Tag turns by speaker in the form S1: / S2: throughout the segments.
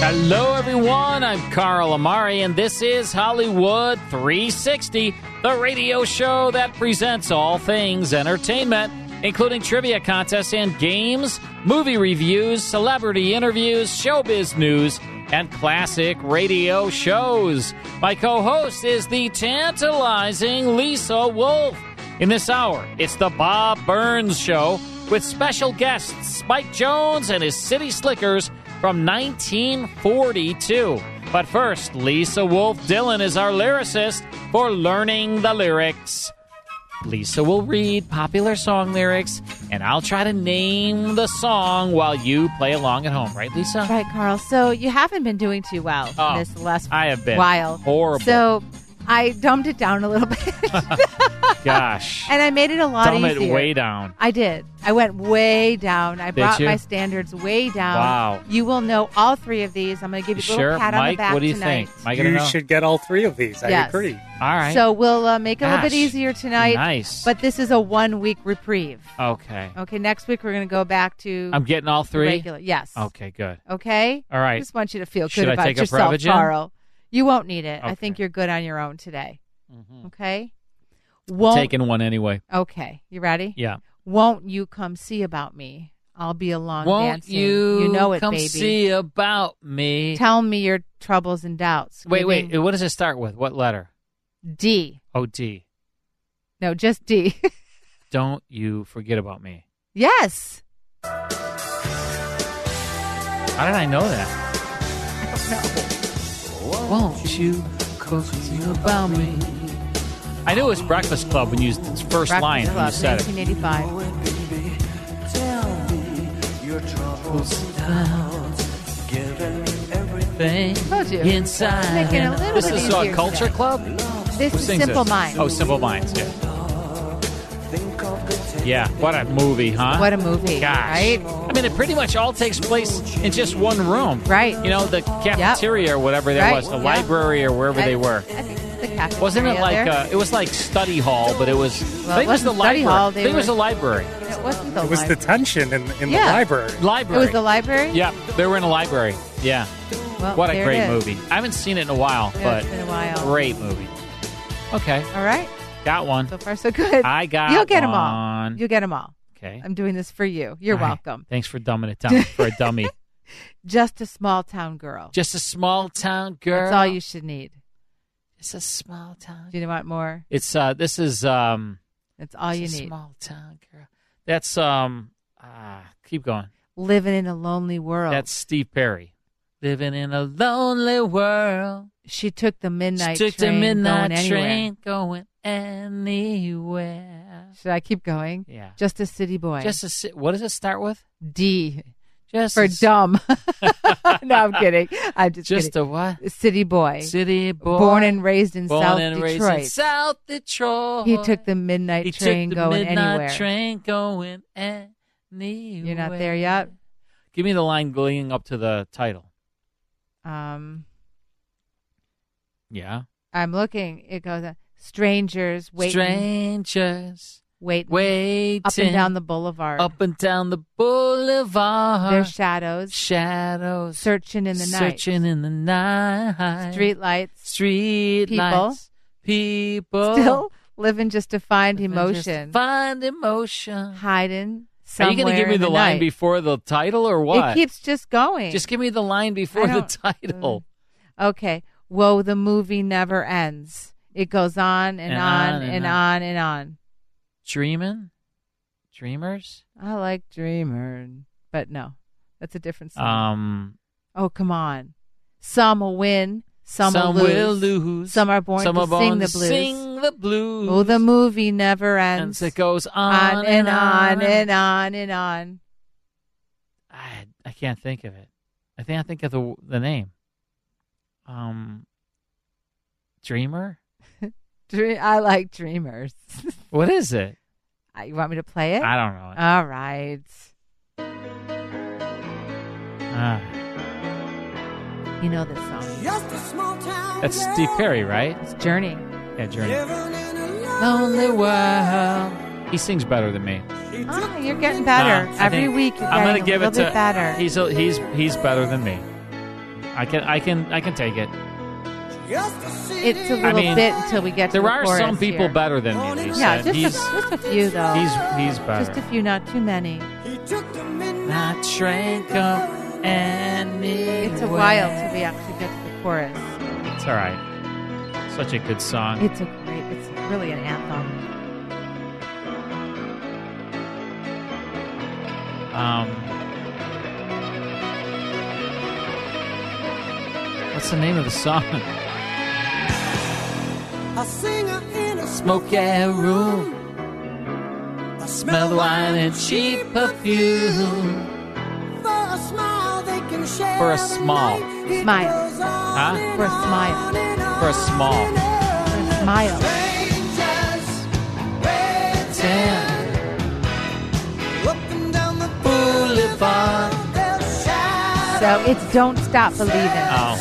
S1: Hello, everyone. I'm Carl Amari, and this is Hollywood 360, the radio show that presents all things entertainment, including trivia contests and games, movie reviews, celebrity interviews, showbiz news, and classic radio shows. My co host is the tantalizing Lisa Wolf. In this hour, it's the Bob Burns Show with special guests Spike Jones and his City Slickers from 1942. But first, Lisa Wolf Dylan is our lyricist for learning the lyrics. Lisa will read popular song lyrics, and I'll try to name the song while you play along at home, right, Lisa?
S2: Right, Carl. So you haven't been doing too well oh, this last
S1: I have been
S2: while
S1: horrible.
S2: So I dumbed it down a little bit.
S1: Gosh.
S2: And I made it a lot
S1: Dumb
S2: easier.
S1: it way down.
S2: I did. I went way down. I
S1: Did
S2: brought
S1: you?
S2: my standards way down.
S1: Wow.
S2: You will know all three of these. I'm going to give you a little
S1: Sure,
S2: pat on the
S1: Mike.
S2: back
S1: What do you
S2: tonight.
S1: think? Mike,
S3: You should get all three of these. I
S2: Yes.
S3: agree.
S1: All right.
S2: So we'll uh, make it a little
S1: Gosh.
S2: bit easier tonight.
S1: Nice.
S2: But this is a one week reprieve.
S1: okay,
S2: Okay, next week we're going to go back to
S1: I'm getting all three.
S2: regular. Yes.
S1: Okay, good.
S2: Okay.
S1: All right.
S2: Just want you to feel good
S1: Should I
S2: about
S1: take a
S2: yourself,
S1: Prevagen?
S2: Carl. You won't need it. I
S1: Okay. Mm-hmm.
S2: think you're good on your own today. Okay. Won't
S1: Taking one anyway.
S2: okay. You ready?
S1: Yeah.
S2: Won't you come see about me? I'll be along
S1: Won't
S2: dancing.
S1: you,
S2: know it,
S1: come
S2: baby.
S1: see about me?
S2: Tell me your troubles and doubts.
S1: wait, wait.
S2: Giving
S1: What does it start with? What letter?
S2: D.
S1: O D.
S2: No, just D.
S1: Don't you forget about me?
S2: yes.
S1: How did I know that? Won't you come see about me? I knew it was Breakfast Club when you used its first
S2: Breakfast
S1: line when you
S2: Club,
S1: said it.
S2: 1985. Told you.
S1: Inside.
S2: Making it a little
S1: this
S2: bit
S1: is uh,
S2: easier
S1: Culture
S2: today.
S1: Club?
S2: This
S1: Who
S2: is
S1: sings
S2: Simple
S1: this?
S2: Minds.
S1: Oh, Simple Minds, yeah. Yeah, what a movie, huh?
S2: What a movie,
S1: Gosh.
S2: right?
S1: I mean, it pretty much all takes place in just one room.
S2: Right.
S1: You know, the cafeteria or whatever there
S2: Right,
S1: was, the
S2: yeah.
S1: library or wherever
S2: I-
S1: they were.
S2: I think it's the cafeteria
S1: Wasn't it like
S2: there.
S1: uh, it was like study hall, but it was
S2: Well,
S1: I think it
S2: it
S1: was the
S2: wasn't study
S1: library.
S2: hall,
S1: I
S2: they
S1: think it was
S2: were-
S1: the library.
S2: It wasn't the
S3: It was the
S2: library.
S3: tension in, in
S2: Yeah.
S3: the library.
S1: Library.
S2: It was the library?
S1: Yeah, they were in a library. Yeah.
S2: Well,
S1: what
S2: there
S1: a
S2: it
S1: great
S2: is.
S1: movie. I haven't seen it in a while,
S2: Yeah,
S1: but
S2: it's been a while.
S1: great movie. Okay,
S2: All right.
S1: got one.
S2: So far, so good.
S1: I got
S2: You'll get them all.
S1: one.
S2: You'll get them all.
S1: Okay.
S2: I'm doing this for you. You're
S1: All right.
S2: welcome.
S1: Thanks for dumbing it down for a dummy.
S2: Just a small town girl.
S1: Just a small town girl.
S2: That's all you should need.
S1: It's a small town.
S2: Do you want more?
S1: It's uh this is um
S2: That's all you
S1: it's a
S2: need.
S1: small town girl. That's um ah keep going.
S2: Living in a lonely world.
S1: That's Steve Perry. Living in a lonely world.
S2: she took the midnight
S1: Took the
S2: train
S1: midnight
S2: going anywhere.
S1: train going anywhere.
S2: Should I keep going?
S1: Yeah.
S2: Just a city boy.
S1: Just a si- what does it start with?
S2: D
S1: Just
S2: for
S1: a, s-
S2: dumb. no, I'm kidding. I'm just,
S1: Just
S2: kidding.
S1: a what?
S2: city boy.
S1: City boy.
S2: Born and raised in
S1: born
S2: South
S1: and raised in
S2: Detroit.
S1: South Detroit.
S2: He took the midnight
S1: He took
S2: train
S1: the
S2: going
S1: midnight
S2: anywhere.
S1: Train going anywhere.
S2: You're not there yet.
S1: Give me the line leading up to the title.
S2: Um,
S1: Yeah.
S2: I'm looking. It goes uh, strangers waiting,
S1: Strangers
S2: waiting,
S1: waiting
S2: up and down the boulevard.
S1: up and down the boulevard.
S2: Their shadows
S1: shadows
S2: searching in the night.
S1: searching in the night.
S2: Street lights
S1: street
S2: People.
S1: lights. People
S2: still living just to find
S1: Just
S2: emotion,
S1: Find emotion.
S2: hiding
S1: Are
S2: somewhere.
S1: you going to give me
S2: in
S1: the,
S2: the,
S1: line
S2: night.
S1: before the title or what?
S2: It keeps just going.
S1: Just give me the line before
S2: I
S1: the
S2: don't-
S1: title.
S2: okay. whoa, the movie never ends. It goes on and, on, and, on. and on.
S1: Dreamin'? Dreamers?
S2: I like Dreamer, but no, that's a different song.
S1: Um,
S2: oh, come on. Some will win, some,
S1: Some will lose.
S2: Some are born
S1: Some
S2: to
S1: are
S2: sing
S1: born
S2: the
S1: to
S2: blues.
S1: sing the blues.
S2: Oh, the movie never ends.
S1: it goes
S2: on
S1: on
S2: and
S1: and
S2: on
S1: on
S2: and on and on.
S1: I, I can't think of it. I think I think of the the name. Um, Dreamer.
S2: Dre- I like Dreamers.
S1: What is it?
S2: Uh, you want me to play it?
S1: I don't know.
S2: All right.
S1: Ah,
S2: You know this song.
S4: Just a small town.
S1: that's Steve Perry, right?
S2: It's Journey.
S1: Yeah, Journey.
S2: Lonely world.
S1: He sings better than me.
S2: Ah, you're getting better
S1: Uh, I
S2: every
S1: think-
S2: week. You're
S1: I'm gonna
S2: getting
S1: give
S2: a
S1: it
S2: little
S1: to
S2: bit better.
S1: He's a- he's he's better than me. I can I can I can take it.
S2: It's a little
S1: I mean,
S2: bit until we get to
S1: there
S2: the
S1: are
S2: chorus
S1: some people
S2: here.
S1: better than me. Lisa.
S2: Yeah, just
S1: he's
S2: a, just a few though.
S1: he's he's better.
S2: just a few, not too many.
S1: Not shrank up and
S2: It's a while till we actually get to the chorus.
S1: It's all right. Such a good song.
S2: It's a great. It's really an anthem.
S1: Um, what's the name of the song?
S4: A singer in a
S1: Smoky room, smell wine and cheap perfume.
S4: For a smile they can share.
S1: For a small,
S2: Smile.
S1: huh?
S2: For a smile.
S1: For a small.
S2: For a smile.
S1: Boulevard.
S2: So it's don't stop believing.
S1: Oh,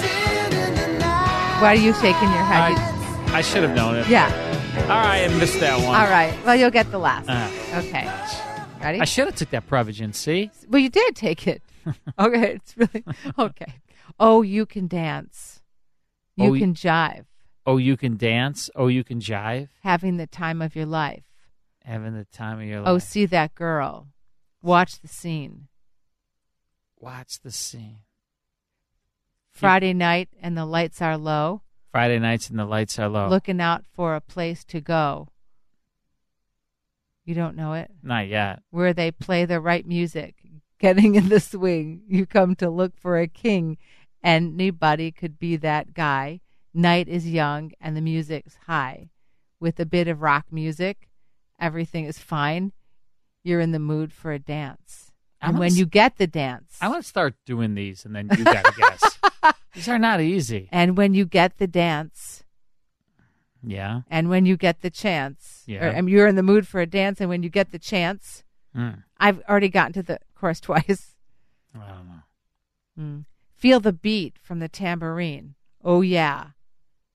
S2: Why are you shaking your head? You-
S1: I, I should have known it.
S2: yeah.
S1: All right, I missed that one.
S2: All right. Well, you'll get the last.
S1: Ah.
S2: okay. Ready?
S1: I should have took that Prevagen. See,
S2: well, you did take it. Okay. It's really okay. Oh, you can dance. You
S1: Oh, y-
S2: can jive.
S1: oh, you can dance. Oh, you can jive.
S2: Having the time of your life.
S1: Having the time of your life.
S2: Oh, see that girl. Watch the scene.
S1: Watch the scene.
S2: Friday night and the lights are low.
S1: Friday nights and the lights are low.
S2: Looking out for a place to go. You don't know it?
S1: Not yet.
S2: where they play the right music. Getting in the swing, you come to look for a king. Anybody could be that guy. Night is young and the music's high. With a bit of rock music, everything is fine. You're in the mood for a dance.
S1: I
S2: And
S1: wanna
S2: when
S1: s-
S2: you get the dance,
S1: I want to start doing these, and then you gotta guess. These are not easy.
S2: and when you get the dance,
S1: Yeah.
S2: and when you get the chance,
S1: Yeah.
S2: or, and you're in the mood for a dance, and when you get the chance,
S1: Mm.
S2: I've already gotten to the chorus twice.
S1: I don't know.
S2: Mm. Feel the beat from the tambourine. Oh yeah.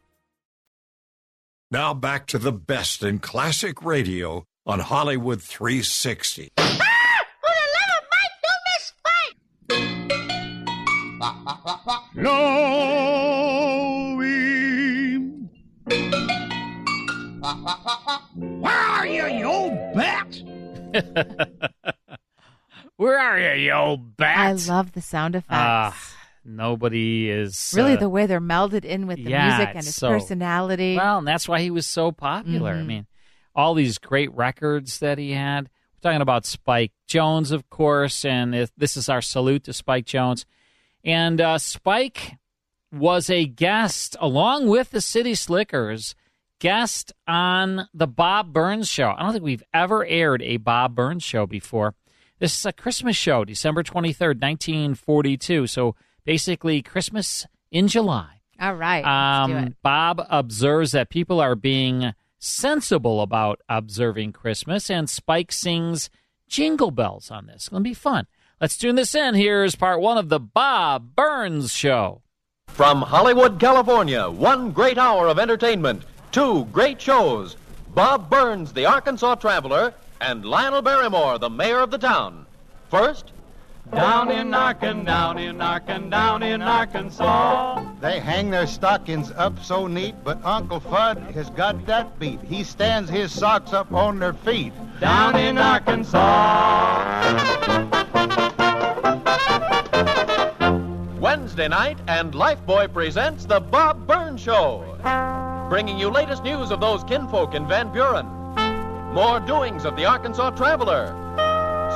S5: Now back to the best in classic radio on Hollywood 360.
S6: Louie. Where are you, you old bat?
S1: Where are you, you old bat?
S2: I love the sound effects.
S1: Ah, nobody is
S2: really
S1: uh,
S2: the way they're melded in with the
S1: yeah,
S2: music and
S1: it's
S2: its
S1: so-
S2: personality.
S1: Well, and that's why he was so popular. I
S2: Mhm.
S1: mean, all these great records that he had. We're talking about Spike Jones, of course, and if- this is our salute to Spike Jones. And uh, Spike was a guest, along with the City Slickers, guest on the Bob Burns Show. I don't think we've ever aired a Bob Burns Show before. This is a Christmas show, December 23rd, 1942. So basically, Christmas in July.
S2: All right.
S1: Um,
S2: let's do it.
S1: Bob observes that people are being sensible about observing Christmas, and Spike sings jingle bells on this. It's going to be fun. Let's tune this in. Here's part one of the Bob Burns Show.
S7: From Hollywood, California, one great hour of entertainment, two great shows Bob Burns, the Arkansas Traveler, and Lionel Barrymore, the mayor of the town. First,
S8: Down in Arkan, down in Arkan, down in Arkansas.
S9: They hang their stockings up so neat, but Uncle Fudd has got that beat. He stands his socks up on their feet.
S8: Down in Arkansas.
S7: Wednesday night, and Lifeboy presents the Bob Burns Show, bringing you latest news of those kinfolk in Van Buren, more doings of the Arkansas Traveler,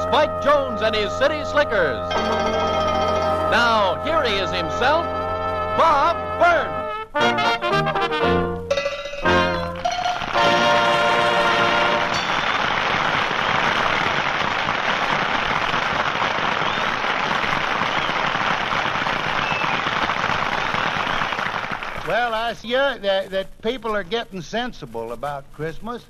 S7: Spike Jones and his City Slickers. Now, here he is himself, Bob Burns.
S9: Well, I see uh, that, that people are getting sensible about Christmas.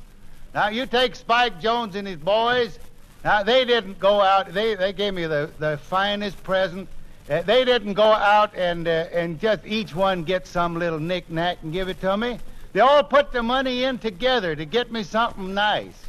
S9: Now, you take Spike Jones and his boys. Now, they didn't go out. They, they gave me the, the finest present. Uh, they didn't go out and, uh, and just each one get some little knick-knack and give it to me. They all put the money in together to get me something nice.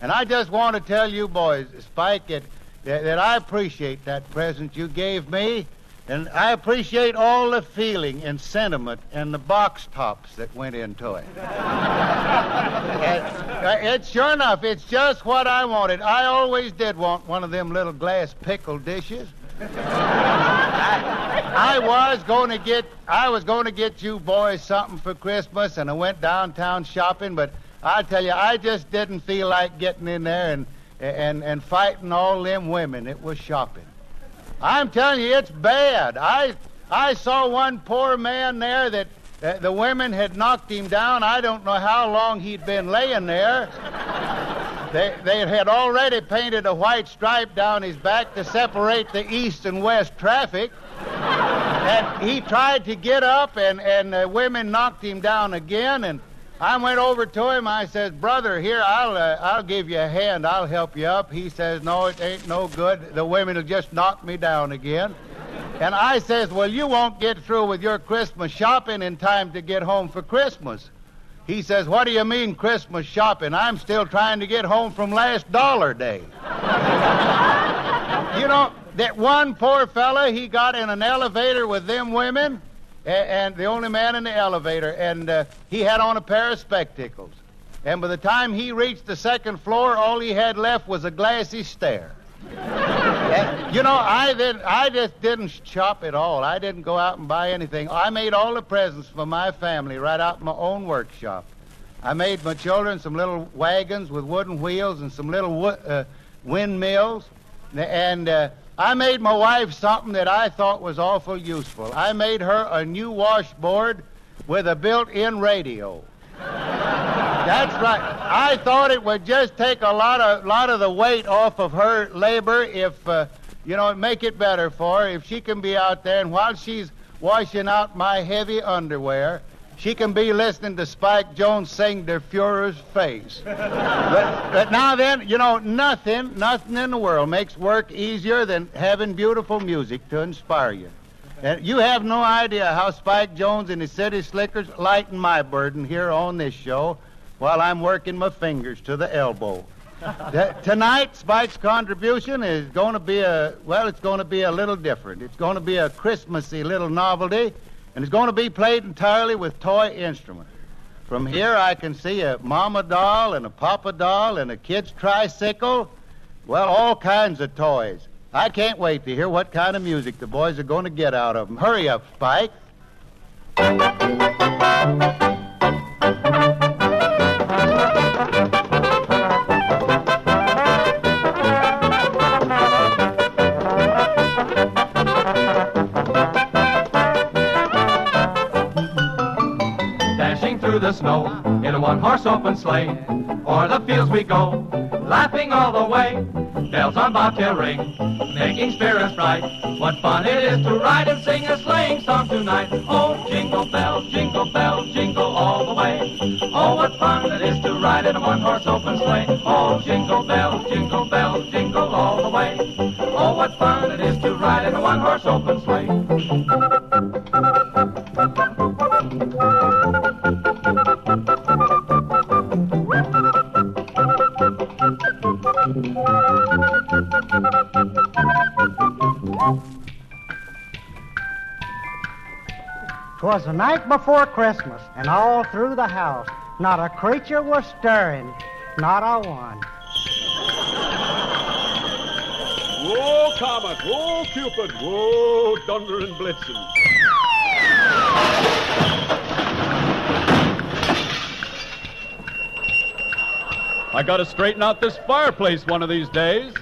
S9: And I just want to tell you boys, Spike, that, that, that I appreciate that present you gave me. And I appreciate all the feeling and sentiment and the box tops that went into it. Uh, it's sure enough, it's just what I wanted. I always did want one of them little glass pickle dishes. I was going to get I was going to get you boys something for Christmas, and I went downtown shopping. But I tell you, I just didn't feel like getting in there and and and fighting all them women. It was shopping. I'm telling you, it's bad. I I saw one poor man there that. Uh, the women had knocked him down. I don't know how long he'd been laying there. They, they had already painted a white stripe down his back to separate the east and west traffic. And he tried to get up, and, and the women knocked him down again. And I went over to him. I says, "Brother, here I'll uh, I'll give you a hand. I'll help you up." He says, "No, it ain't no good. The women'll just knock me down again." And I says, "Well, you won't get through with your Christmas shopping in time to get home for Christmas." He says, What do you mean Christmas shopping? I'm still trying to get home from last dollar day. you know, that one poor fella, he got in an elevator with them women, and, and the only man in the elevator, and uh, he had on a pair of spectacles. And by the time he reached the second floor, all he had left was a glassy stare. And, you know, I did I just didn't shop at all. I didn't go out and buy anything. I made all the presents for my family right out in my own workshop. I made my children some little wagons with wooden wheels and some little wo- uh, windmills, and uh, I made my wife something that I thought was awful useful. I made her a new washboard with a built-in radio. That's right. I thought it would just take a lot of lot of the weight off of her labor if uh, you know make it better for her if she can be out there and while she's washing out my heavy underwear, she can be listening to Spike Jones sing Der Fuhrer's face. but, but now then, you know nothing, nothing in the world makes work easier than having beautiful music to inspire you. And you have no idea how Spike Jones and his city slickers lighten my burden here on this show while I'm working my fingers to the elbow. Th- tonight, Spike's contribution is going to be a, well, it's going to be a little different. It's going to be a Christmassy little novelty, and it's going to be played entirely with toy instruments. From here, I can see a mama doll and a papa doll and a kid's tricycle. Well, all kinds of toys. I can't wait to hear what kind of music the boys are going to get out of them. Hurry up, Spike.
S10: Dashing through the snow in a one horse open sleigh. O'er the fields we go, laughing all the way. Bells on bobtail ring, making spirits bright. What fun it is to ride and sing a sleighing song tonight. Oh, jingle bells, jingle bells, jingle all the way. Oh, what fun it is to ride in a one-horse open sleigh. Oh, jingle bells, jingle bells, jingle all the way. Oh, what fun it is to ride in a one-horse open sleigh.
S11: Twas the night before Christmas, and all through the house, not a creature was stirring, not a one.
S12: Whoa, Comet! Whoa, Cupid! Whoa, Dunder and Blitzen!
S7: I gotta straighten out this fireplace one of these days.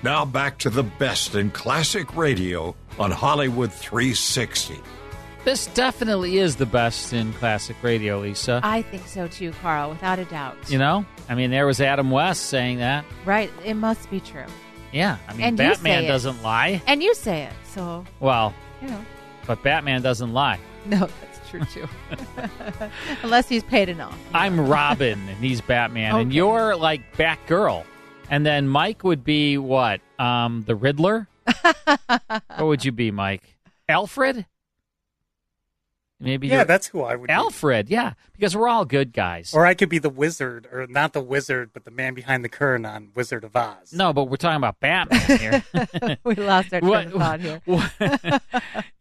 S5: Now back to the best in classic radio on Hollywood 360.
S1: This definitely is the best in classic radio, Lisa.
S2: I think so too, Carl, without a doubt.
S1: you know, I mean, there was Adam West saying that.
S2: Right. It must be true.
S1: Yeah, I mean,
S2: And you say
S1: Batman
S2: it.
S1: doesn't lie.
S2: And you say it, so,
S1: Well,
S2: you know.
S1: but Batman doesn't lie.
S2: No, that's true too. Unless he's paid enough.
S1: I'm Robin, and he's Batman, and you're like Batgirl. And then Mike would be what? Um, the Riddler? what would you be, Mike? Alfred? Maybe
S3: Yeah,
S1: you're-
S3: that's who I would be.
S1: Alfred, yeah, because we're all good guys.
S3: Or I could be the wizard, or not the wizard, but the man behind the curtain on Wizard of Oz.
S1: No, but we're talking about Batman here.
S2: we lost our train of thought here.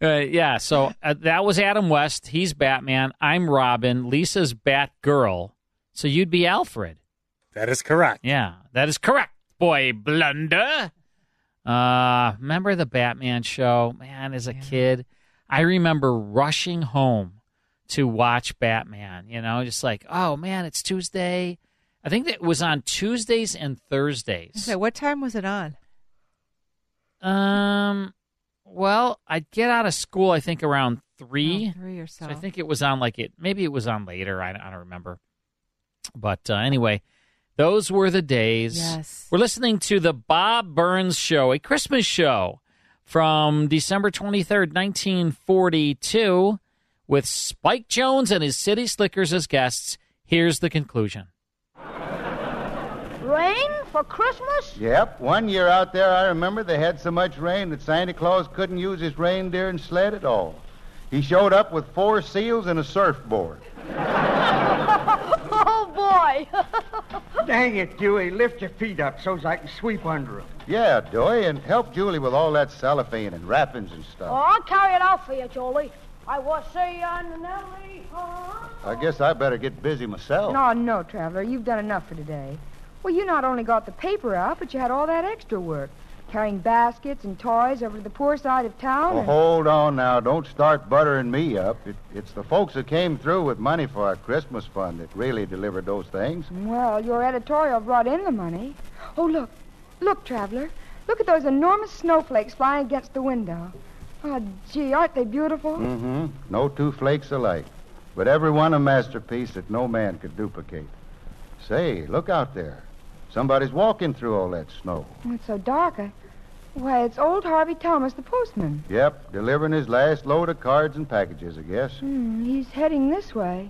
S1: Uh, yeah, so uh, that was Adam West. He's Batman. I'm Robin. Lisa's Batgirl. So you'd be Alfred.
S3: That is correct.
S1: Yeah, that is correct, boy blunder. Uh, remember the Batman show? Man, as a kid, I remember rushing home to watch Batman. You know, just like, oh man, it's Tuesday. I think that it was on Tuesdays and Thursdays.
S2: Okay, what time was it on?
S1: Um, well, I'd get out of school, I think, around three.
S2: Oh, three or so.
S1: I think it was on like it, maybe it was on later. I, I don't remember. But uh, anyway, those were the days.
S2: Yes.
S1: We're listening to the Bob Burns Show, a Christmas show from December 23rd, 1942, with Spike Jones and his City Slickers as guests. Here's the conclusion.
S13: Rain for Christmas?
S9: Yep. One year out there, I remember they had so much rain that Santa Claus couldn't use his reindeer and sled at all. He showed up with four seals and a surfboard.
S13: oh, boy.
S14: Dang it, Dewey. Lift your feet up so's I can sweep under 'em.
S9: Yeah, Dewey, and help Julie with all that cellophane and wrappings and
S13: oh,
S9: stuff.
S13: I'll carry it out for you, Jolie. I was saying, Nellie. uh,
S9: I guess I better get busy myself.
S15: No, no, Traveler. You've done enough for today. Well, you not only got the paper out, but you had all that extra work. Carrying baskets and toys over to the poor side of town.
S9: Oh,
S15: and-
S9: hold on now. Don't start buttering me up. It, it's the folks that came through with money for our Christmas fund that really delivered those things.
S15: Well, your editorial brought in the money. Oh, look. Look, Traveler. Look at those enormous snowflakes flying against the window. Oh, gee, aren't they beautiful?
S9: Mm-hmm. No two flakes alike. But every one a masterpiece that no man could duplicate. Say, look out there. Somebody's walking through all that snow.
S15: Oh, It's so dark. I... Why, it's old Harvey Thomas, the postman.
S9: Yep, delivering his last load of cards and packages, I guess.
S15: Hmm, he's heading this way.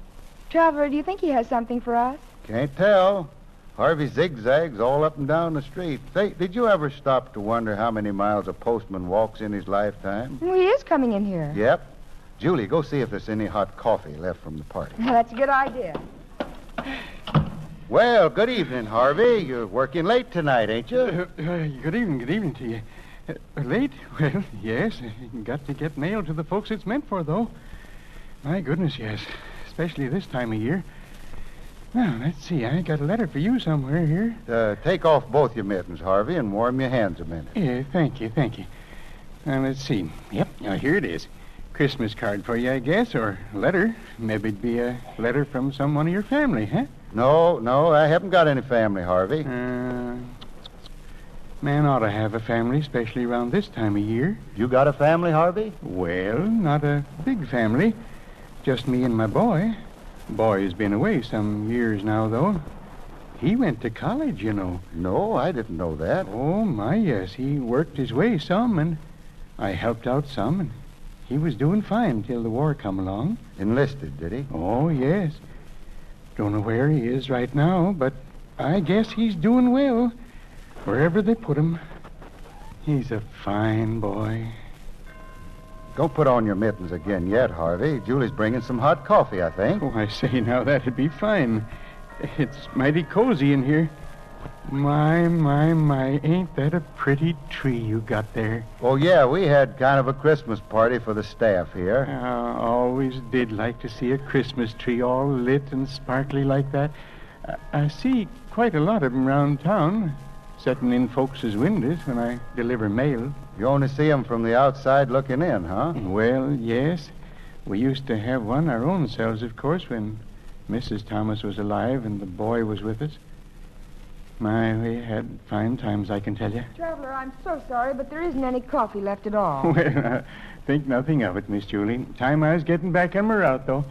S15: Traveler, do you think he has something for us?
S9: Can't tell. Harvey zigzags all up and down the street. Say, did you ever stop to wonder how many miles a postman walks in his lifetime?
S15: Well, he is coming in here.
S9: Yep. Julie, go see if there's any hot coffee left from the party.
S15: Now, that's a good idea.
S9: Well, good evening, Harvey. You're working late tonight, ain't you?
S14: Uh, good evening, good evening to you. Uh, late? Well, yes. Got to get mail to the folks it's meant for, though. My goodness, yes. Especially this time of year. Now, let's see. I got a letter for you somewhere here.
S9: Uh, take off both your mittens, Harvey, and warm your hands a minute.
S14: Yeah, thank you, thank you. Now, let's see. Yep, now here it is. Christmas card for you, I guess, or letter. Maybe it'd be a letter from someone of your family, huh?
S9: No, no, I haven't got any family, Harvey.
S14: Man ought to have a Uh, family, especially around this time of year.
S9: You got a family, Harvey?
S14: Well, not a big family. Just me and my boy. Boy has been away some years now, though. He went to college, you know.
S9: No, I didn't know that.
S14: Oh, my, yes. He worked his way some, and I helped out some, and he was doing fine till the war come along.
S9: Enlisted, did he?
S14: Oh, yes. Don't know where he is right now, but I guess he's doing well. Wherever they put him. He's a fine boy.
S9: Don't put on your mittens again yet, Harvey. Julie's bringing some hot coffee, I think.
S14: Oh, I say, now that'd be fine. It's mighty cozy in here. My, my, my, ain't that a pretty tree you got there?
S9: Oh, yeah, we had kind of a Christmas party for the staff here.
S14: I always did like to see a Christmas tree all lit and sparkly like that. I, I see quite a lot of 'em round town, setting in folks' windows when I deliver mail.
S9: You only see 'em from the outside looking in, huh?
S14: Well, yes. We used to have one our own selves, of course, when Mrs. Thomas was alive and the boy was with us. My, we had fine times, I can tell you.
S15: Traveler, I'm so sorry, but there isn't any coffee left at all.
S14: Well, uh, think nothing of it, Miss Julie. Time I was getting back Emmer out, though.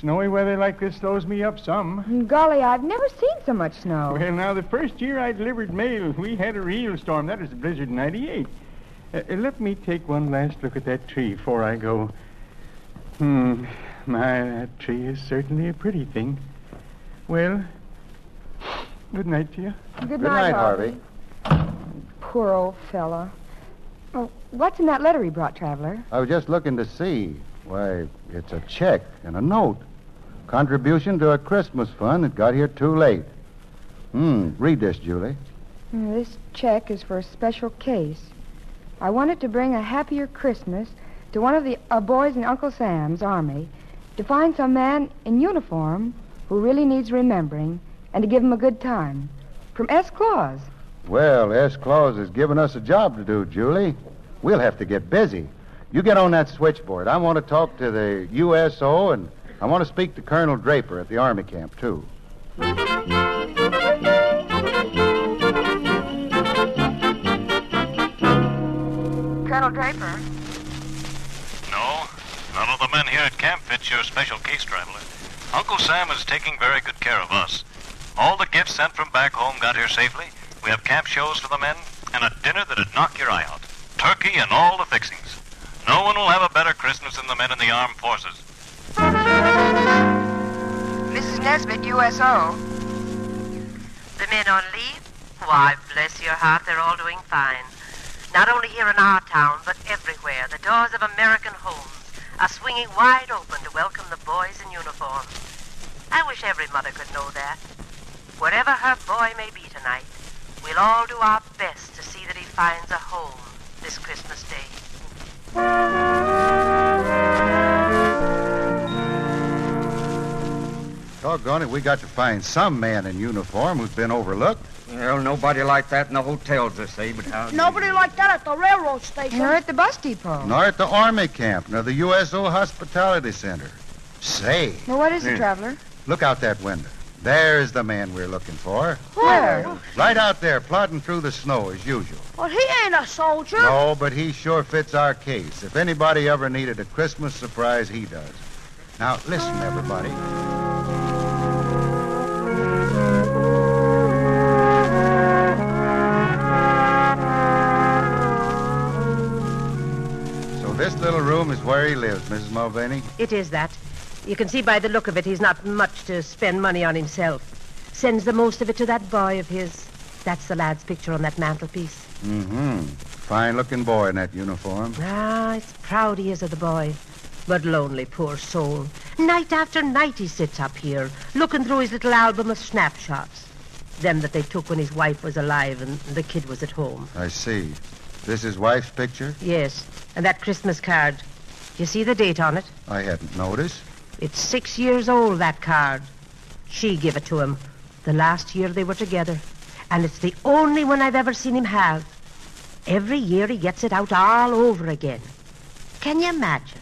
S14: Snowy weather like this slows me up some.
S15: Golly, I've never seen so much snow.
S14: Well, now, the first year I delivered mail, we had a real storm. That was the blizzard in 98. Uh, uh, let me take one last look at that tree before I go. Hmm, my, that tree is certainly a pretty thing. Well, good night to you.
S15: Good, night, Harvey. Poor old fella. Oh, what's in that letter he brought, Traveler?
S9: I was just looking to see. Why, it's a check and a note. Contribution to a Christmas fund that got here too late. Hmm, read this, Julie.
S15: Mm, This check is for a special case. I wanted to bring a happier Christmas to one of the uh, boys in Uncle Sam's army to find some man in uniform who really needs remembering and to give him a good time. From S. Claus.
S9: Well, S. Claus has given us a job to do, Julie. We'll have to get busy. You get on that switchboard. I want to talk to the USO, and I want to speak to Colonel Draper at the Army camp, too.
S15: Colonel Draper.
S16: No, none of the men here at camp fits your special case, traveler. Uncle Sam is taking very good care of us. All the gifts sent from back home got here safely. We have camp shows for the men and a dinner that'd knock your eye out. Turkey and all the fixings. No one will have a better Christmas than the men in the armed forces.
S15: Mrs. Nesbit, USO.
S17: The men on leave? Why, bless your heart, they're all doing fine. Not only here in our town, but everywhere, the doors of American homes are swinging wide open to welcome the boys in uniform. I wish every mother could know that. Wherever her boy may be tonight, we'll all do our best to see that he finds a home this Christmas Day.
S9: Doggone it, we got to find some man in uniform who's been overlooked.
S18: Well, nobody like that in the hotels, they say, but how...
S13: Nobody like that at the railroad station.
S15: You're at the bus depot.
S9: Nor at the Army camp, nor the USO Hospitality Center. Say.
S15: Well, what is
S9: Hmm.
S15: it, Traveler?
S9: Look out that window. There's the man we're looking for.
S13: Oh, Where?
S9: Right out there, plodding through the snow as usual.
S13: Well, he ain't a soldier.
S9: No, but he sure fits our case. If anybody ever needed a Christmas surprise, he does. Now, listen, everybody. So this little room is where he lives, Mrs. Mulvaney.
S17: It is that. You can see by the look of it, he's not much to spend money on himself. Sends the most of it to that boy of his. That's the lad's picture on that mantelpiece.
S9: Mm-hmm. Fine-looking boy in that uniform.
S17: Ah, it's proud he is of the boy. But lonely, poor soul. Night after night he sits up here, looking through his little album of snapshots. Them that they took when his wife was alive and the kid was at home.
S9: I see. This his wife's picture?
S17: Yes, and that Christmas card. You see the date on it?
S9: I hadn't noticed.
S17: It's six years old, that card. She gave it to him the last year they were together. And it's the only one I've ever seen him have. Every year he gets it out all over again. Can you imagine?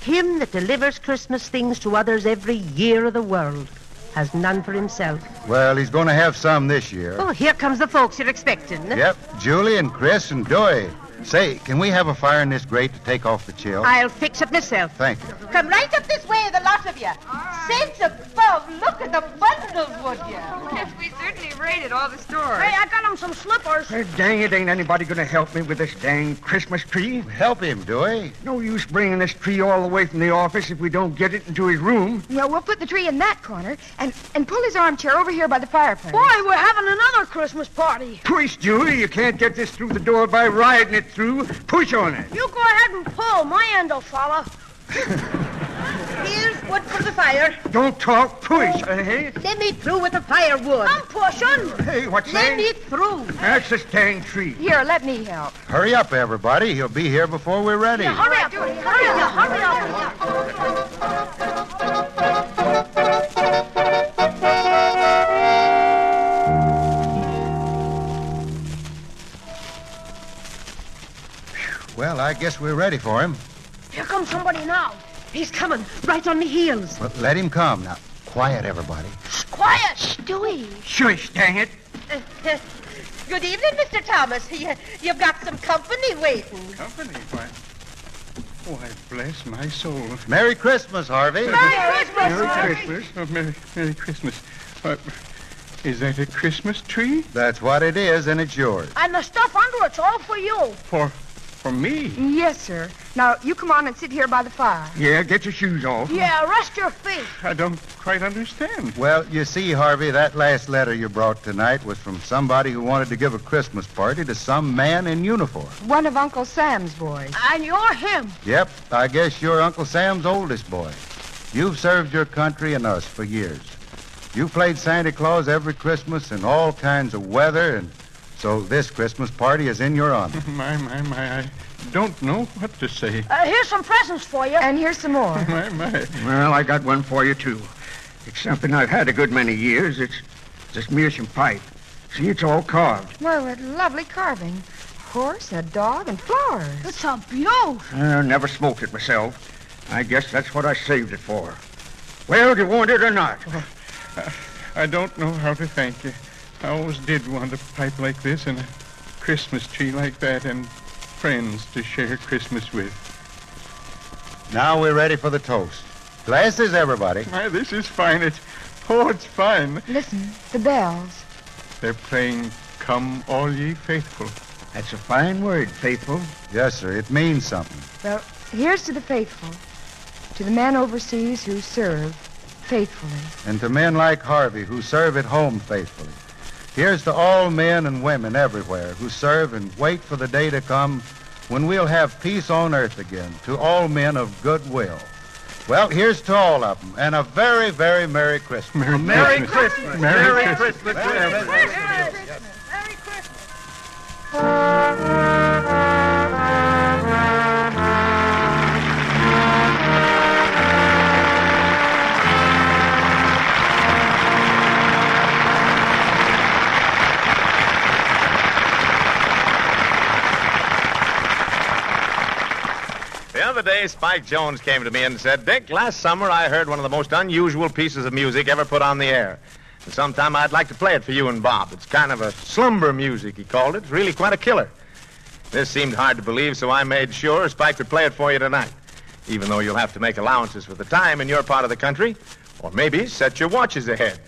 S17: Him that delivers Christmas things to others every year of the world has none for himself.
S9: Well, he's going to have some this year.
S17: Oh, here comes the folks you're expecting.
S9: Yep, Julie and Chris and Doy. Say, can we have a fire in this grate to take off the chill?
S17: I'll fix it myself.
S9: Thank you.
S19: Come right up this way, the lot of you. Saints above, look at the bundles, would you? Yes, we certainly raided all the stores.
S13: Hey, I got him some slippers.
S18: Hey, dang it, ain't anybody gonna help me with this dang Christmas tree?
S9: Help him, Dewey.
S18: No use bringing this tree all the way from the office if we don't get it into his room.
S15: Well, we'll put the tree in that corner and, and pull his armchair over here by the fireplace.
S13: Boy, we're having another Christmas party.
S18: Push, Julie, you can't get this through the door by riding it through. Push on it.
S13: You go ahead and pull. My end will follow.
S19: Here's wood for the fire.
S18: Don't talk, push. Uh,
S6: eh?
S18: hey,
S19: Let me through with the firewood. I'm pushing.
S18: hey, what's
S19: Let
S18: that?
S19: me through.
S18: That's this dang tree.
S15: Here, let me help.
S9: Hurry up, everybody. He'll be here before we're ready.
S13: Hurry up, hurry up, hurry up.
S9: Well, I guess we're ready for him.
S13: Here comes somebody now.
S17: He's coming, right on the heels.
S9: But let him come. Now, quiet, everybody.
S19: Quiet. Stewie.
S18: Shush, dang it.
S19: Good evening, Mr. Thomas. You, you've got some company waiting.
S18: Company?
S14: Why, why, bless my soul.
S9: Merry Christmas, Harvey.
S19: Merry Christmas,
S14: Merry
S19: Harvey.
S14: Christmas. Oh, Merry, Merry Christmas. Uh, is that a Christmas tree?
S9: That's what it is, and it's yours.
S13: And the stuff under it's all for you.
S14: For For me?
S15: Yes, sir. Now, you come on and sit here by the fire.
S9: Yeah, get your shoes off.
S13: Yeah, rest your feet.
S9: I don't
S14: Quite understand.
S9: Well, you see, Harvey, that last letter you brought tonight was from somebody who wanted to give a Christmas party to some man in uniform.
S15: One of Uncle Sam's boys.
S13: And you're him.
S9: Yep, I guess you're Uncle Sam's oldest boy. You've served your country and us for years. You played Santa Claus every Christmas in all kinds of weather, and so this Christmas party is in your honor.
S14: My, my, my. I don't know what to say.
S13: Uh, here's some presents for you.
S15: And here's some more.
S14: My, my.
S18: Well, I got one for you, too. It's something I've had a good many years. It's this meerschaum pipe. See, it's all carved.
S15: Well, what lovely carving. Horse, a dog, and flowers.
S13: It's a beaut.
S18: I never smoked it myself. I guess that's what I saved it for. Well, do you want it or not?
S14: I don't know how to thank you. I always did want a pipe like this and a Christmas tree like that and friends to share Christmas with.
S9: Now we're ready for the toast. Glasses, everybody.
S14: My, this is fine. It's, oh, it's fine.
S15: Listen, the bells.
S14: They're playing Come All Ye Faithful.
S9: That's a fine word, faithful. Yes, sir. It means something.
S15: Well, here's to the faithful, to the men overseas who serve faithfully.
S9: And to men like Harvey who serve at home faithfully. Here's to all men and women everywhere who serve and wait for the day to come when we'll have peace on earth again, to all men of good will. Well, here's to all of them, and a very, very Merry Christmas. Merry,
S6: Merry Christmas. Merry Christmas.
S9: Merry Christmas.
S20: The other day, Spike Jones came to me and said, Dick, last summer I heard one of the most unusual pieces of music ever put on the air. And sometime I'd like to play it for you and Bob. It's kind of a slumber music, he called it. It's really quite a killer. This seemed hard to believe, so I made sure Spike would play it for you tonight. Even though you'll have to make allowances for the time in your part of the country, or maybe set your watches ahead.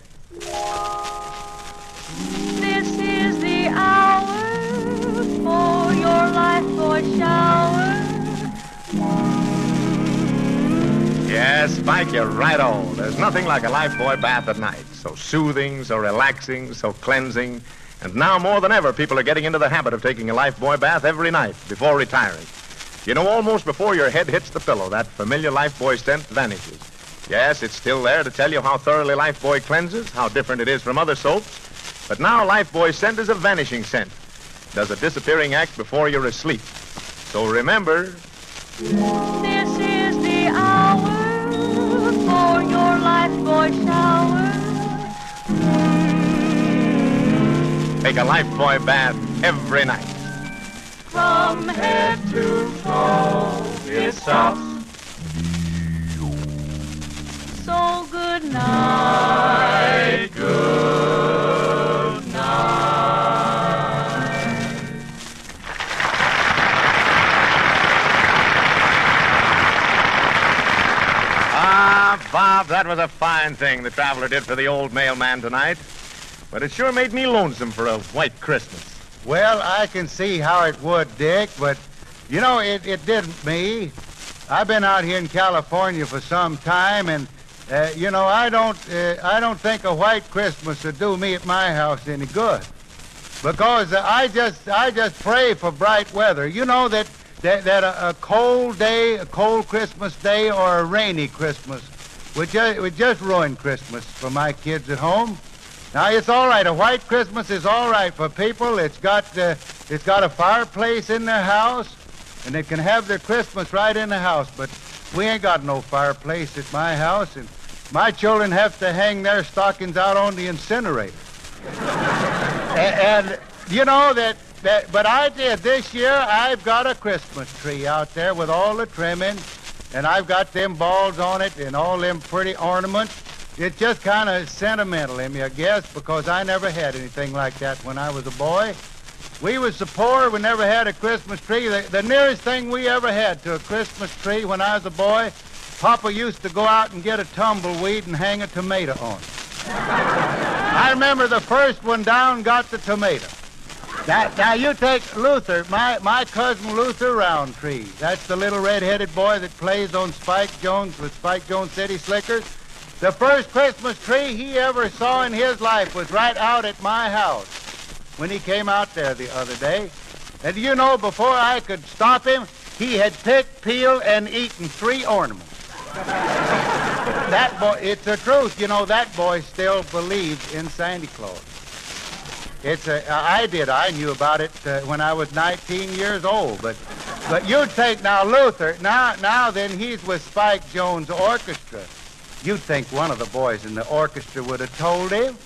S13: This is the hour for your life for shower.
S20: Yes, Spike, you're right on. There's nothing like a lifebuoy bath at night. So soothing, so relaxing, so cleansing. And now more than ever, people are getting into the habit of taking a lifebuoy bath every night before retiring. You know, almost before your head hits the pillow, that familiar lifebuoy scent vanishes. Yes, it's still there to tell you how thoroughly lifebuoy cleanses, how different it is from other soaps. But now lifebuoy scent is a vanishing scent. Does a disappearing act before you're asleep. So remember,
S13: This is the hour for your life boy shower.
S20: take a lifebuoy bath every night.
S13: From head to toe,
S20: It
S13: it's so good night. Good night.
S20: Ah, Bob, that was a fine thing the traveler did for the old mailman tonight. But it sure made me lonesome for a white Christmas.
S9: Well, I can see how it would, Dick, but you know, it, it didn't me. I've been out here in California for some time, and uh, you know, I don't, uh, I don't think a white Christmas would do me at my house any good, because uh, I just, I just pray for bright weather. You know that that, that a, a cold day, a cold Christmas day, or a rainy Christmas would just, would just ruin Christmas for my kids at home. Now it's all right. A white Christmas is all right for people. It's got uh, it's got a fireplace in their house, and they can have their Christmas right in the house. But we ain't got no fireplace at my house, and my children have to hang their stockings out on the incinerator. and, and you know that that. But I did this year. I've got a Christmas tree out there with all the trimming, and I've got them balls on it and all them pretty ornaments. It's just kind of sentimental in me, I guess, because I never had anything like that when I was a boy. We was so poor, we never had a Christmas tree. The, the nearest thing we ever had to a Christmas tree when I was a boy, Papa used to go out and get a tumbleweed and hang a tomato on it. I remember the first one down got the tomato. Now, now you take Luther, my, my cousin Luther Roundtree. That's the little red-headed boy that plays on Spike Jones with Spike Jones City Slickers. The first Christmas tree he ever saw in his life was right out at my house when he came out there the other day. And do you know, before I could stop him, he had picked, peeled, and eaten three ornaments. that boy, it's the truth. You know, that boy still believes in Santa Claus. It's a, I did. I knew about it uh, when I was 19 years old. But, but you take now Luther. Now, now then, he's with Spike Jones Orchestra. You'd think one of the boys in the orchestra would have told him.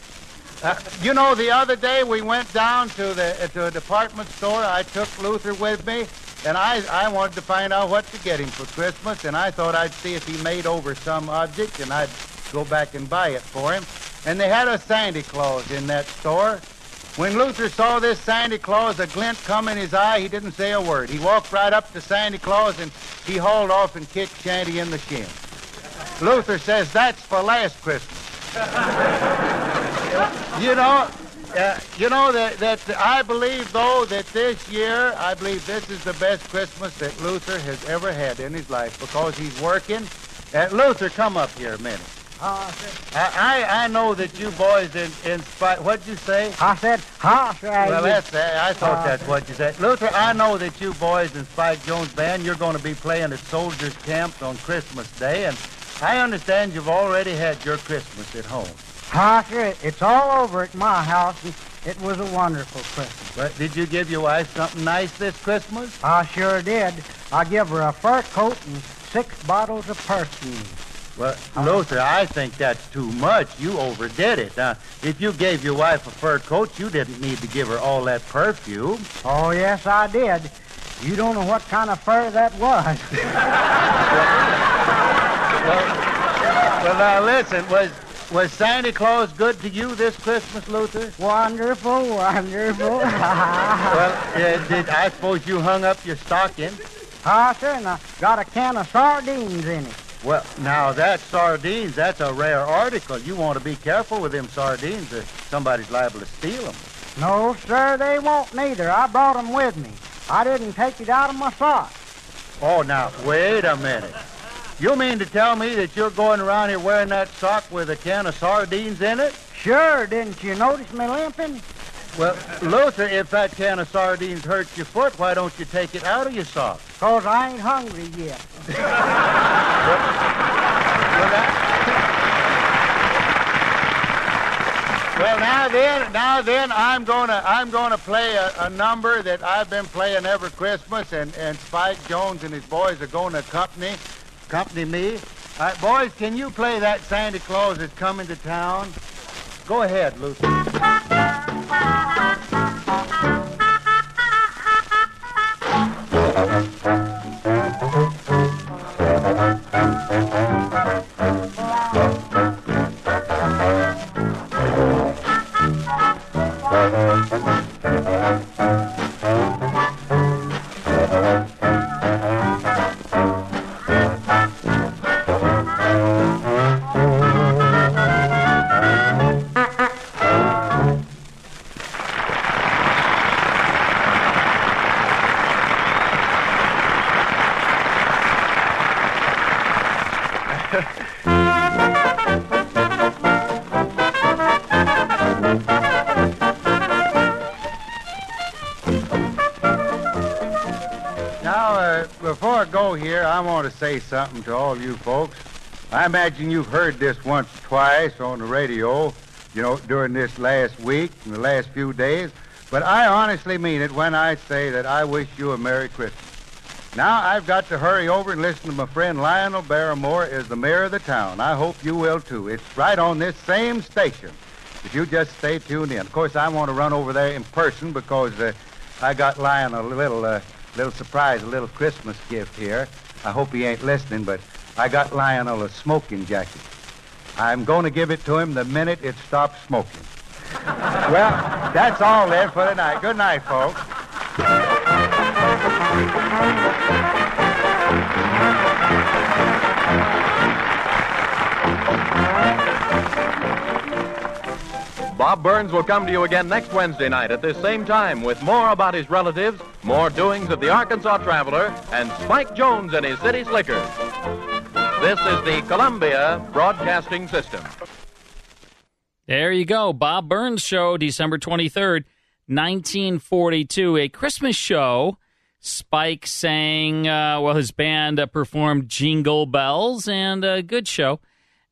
S9: Uh, you know, the other day we went down to the uh, to a department store. I took Luther with me, and I I wanted to find out what to get him for Christmas. And I thought I'd see if he made over some object, and I'd go back and buy it for him. And they had a Santa Claus in that store. When Luther saw this Santa Claus, a glint come in his eye, he didn't say a word. He walked right up to Santa Claus and he hauled off and kicked Shanty in the shin. Luther says, that's for last Christmas. You know, uh, you know that, that I believe though that this year, I believe this is the best Christmas that Luther has ever had in his life because he's working. Uh, Luther, come up here a minute. I, I, I know that you boys in, in spite. What'd you say?
S11: I said, huh?
S9: Well, that's that. I thought
S11: Uh,
S9: that's what you said. Luther, I know that you boys in Spike Jones Band, you're going to be playing at Soldiers Camp on Christmas Day, and I understand you've already had your Christmas at home.
S11: Parker, it's all over at my house, and it was a wonderful Christmas.
S9: But did you give your wife something nice this Christmas?
S11: I sure did. I give her a fur coat and six bottles of perfume.
S9: Well, Luther, I think that's too much. You overdid it. Now, if you gave your wife a fur coat, you didn't need to give her all that perfume.
S11: Oh, yes, I did. You don't know what kind of fur that was.
S13: Ah!
S9: Well, now listen, was was Santa Claus good to you this Christmas, Luther?
S11: wonderful, wonderful.
S9: well, uh, did I suppose you hung up your stocking?
S11: Parker, and I got a can of sardines in it.
S9: Well, now that sardines, that's a rare article. You want to be careful with them sardines. Or somebody's liable to steal them.
S11: No, sir, they won't neither. I brought 'em with me. I didn't take it out of my sock.
S9: Oh, now, wait a minute. You mean to tell me that you're going around here wearing that sock with a can of sardines in it?
S11: Sure, didn't you notice me limping?
S9: Well, Luther, if that can of sardines hurts your foot, why don't you take it out of your sock?
S11: Cause I ain't hungry yet.
S9: Well, now then, now then, I'm gonna, I'm gonna play a, a number that I've been playing every Christmas, and and Spike Jones and his boys are going to accompany, accompany me. All right, boys, can you play that Santa Claus is coming to town? Go ahead, Luther. Now, uh, before I go here, I want to say something to all you folks. I imagine you've heard this once or twice on the radio, you know, during this last week and the last few days, but I honestly mean it when I say that I wish you a Merry Christmas. Now, I've got to hurry over and listen to my friend Lionel Barrymore as the mayor of the town. I hope you will, too. It's right on this same station. If you just stay tuned in. Of course, I want to run over there in person because uh, I got Lionel a little, uh, little surprise, a little Christmas gift here. I hope he ain't listening, but I got Lionel a smoking jacket. I'm going to give it to him the minute it stops smoking. well, that's all then for tonight. Good night, folks.
S7: Bob Burns will come to you again next Wednesday night at this same time with more about his relatives, more doings of the Arkansas Traveler, and Spike Jones and his city slicker. This is the Columbia Broadcasting System.
S1: There you go. Bob Burns Show, December 23rd, 1942. A Christmas show. Spike sang, uh, well, his band uh, performed Jingle Bells, and a good show.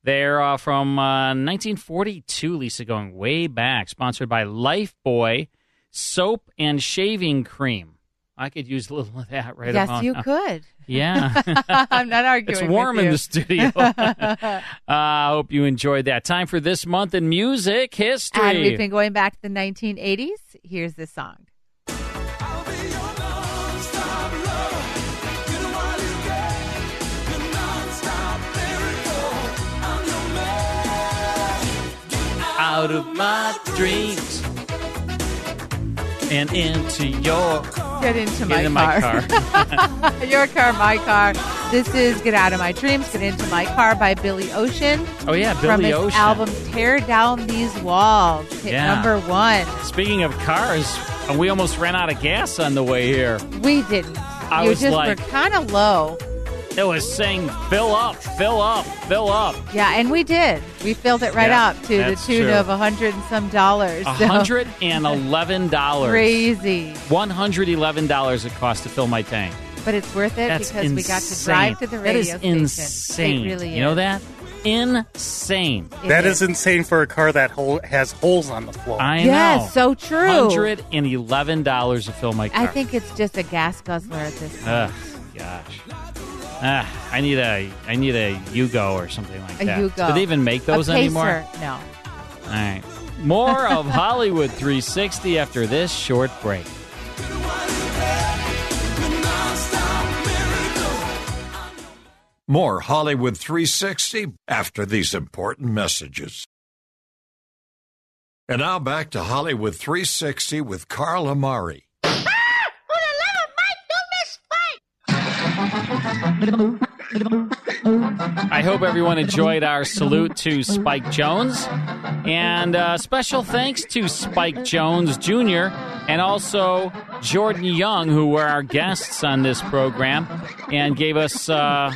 S1: They're uh, from uh, 1942, Lisa, going way back. Sponsored by Lifebuoy Soap and Shaving Cream. I could use a little of that right
S2: yes,
S1: about
S2: you
S1: now.
S2: could.
S1: Yeah.
S2: I'm not arguing.
S1: It's warm in
S2: with you.
S1: the studio. I hope you enjoyed that. Time for this month in music history.
S2: and we've been going back to the 1980s. Here's this song.
S1: out of my dreams and into your
S2: Get into
S1: Get
S2: my
S1: in my
S2: car. Your car, my car. This is Get Out of My Dreams, Get Into My Car by Billy Ocean.
S1: Oh, yeah,
S2: From
S1: Billy
S2: his
S1: Ocean.
S2: album Tear Down These Walls, hit
S1: Yeah.
S2: number one.
S1: Speaking of cars, we almost ran out of gas on the way here.
S2: We didn't.
S1: I
S2: you
S1: was
S2: just
S1: like-
S2: were kind of low.
S1: It was saying, fill up, fill up, fill up.
S2: Yeah, and we did. We filled it right
S1: Yeah,
S2: up to the
S1: that's
S2: tune
S1: true.
S2: of a hundred and some dollars. So,
S1: $111.
S2: Crazy.
S1: $111 it cost to fill my tank.
S2: But it's worth it
S1: That's
S2: because we got to
S1: insane.
S2: drive to the
S1: That is
S2: radio
S1: insane.
S2: station. It really is.
S1: You know that? Insane.
S2: It
S3: That
S2: is.
S3: is insane for a car that hole has holes on the floor.
S1: I know.
S2: Yes, so true.
S1: $111 to fill my car.
S2: I think it's just a gas guzzler at this point.
S1: Ugh, gosh. Ah, I need a I need a Yugo or something like
S2: A
S1: that.
S2: Yugo.
S1: Do they even make those
S2: A
S1: anymore?
S2: Pacer, No.
S1: All right. More of Hollywood 360 after this short break.
S5: More Hollywood 360 after these important messages. And now back to Hollywood 360 with Carl Amari.
S1: I hope everyone enjoyed our salute to Spike Jones. And uh, special thanks to Spike Jones Jr. and also Jordan Young, who were our guests on this program and gave us uh,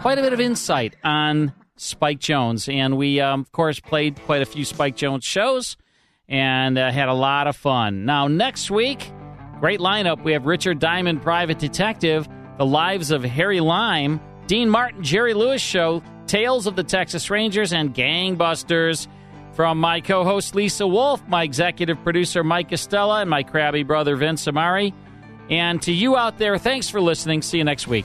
S1: quite a bit of insight on Spike Jones. And we, um, of course, played quite a few Spike Jones shows and uh, had a lot of fun. Now, next week, great lineup. We have Richard Diamond, Private Detective, The Lives of Harry Lime, Dean Martin, Jerry Lewis Show, Tales of the Texas Rangers, and Gangbusters. From my co host Lisa Wolf, my executive producer Mike Estella, and my crabby brother Vince Amari. And to you out there, thanks for listening. See you next week.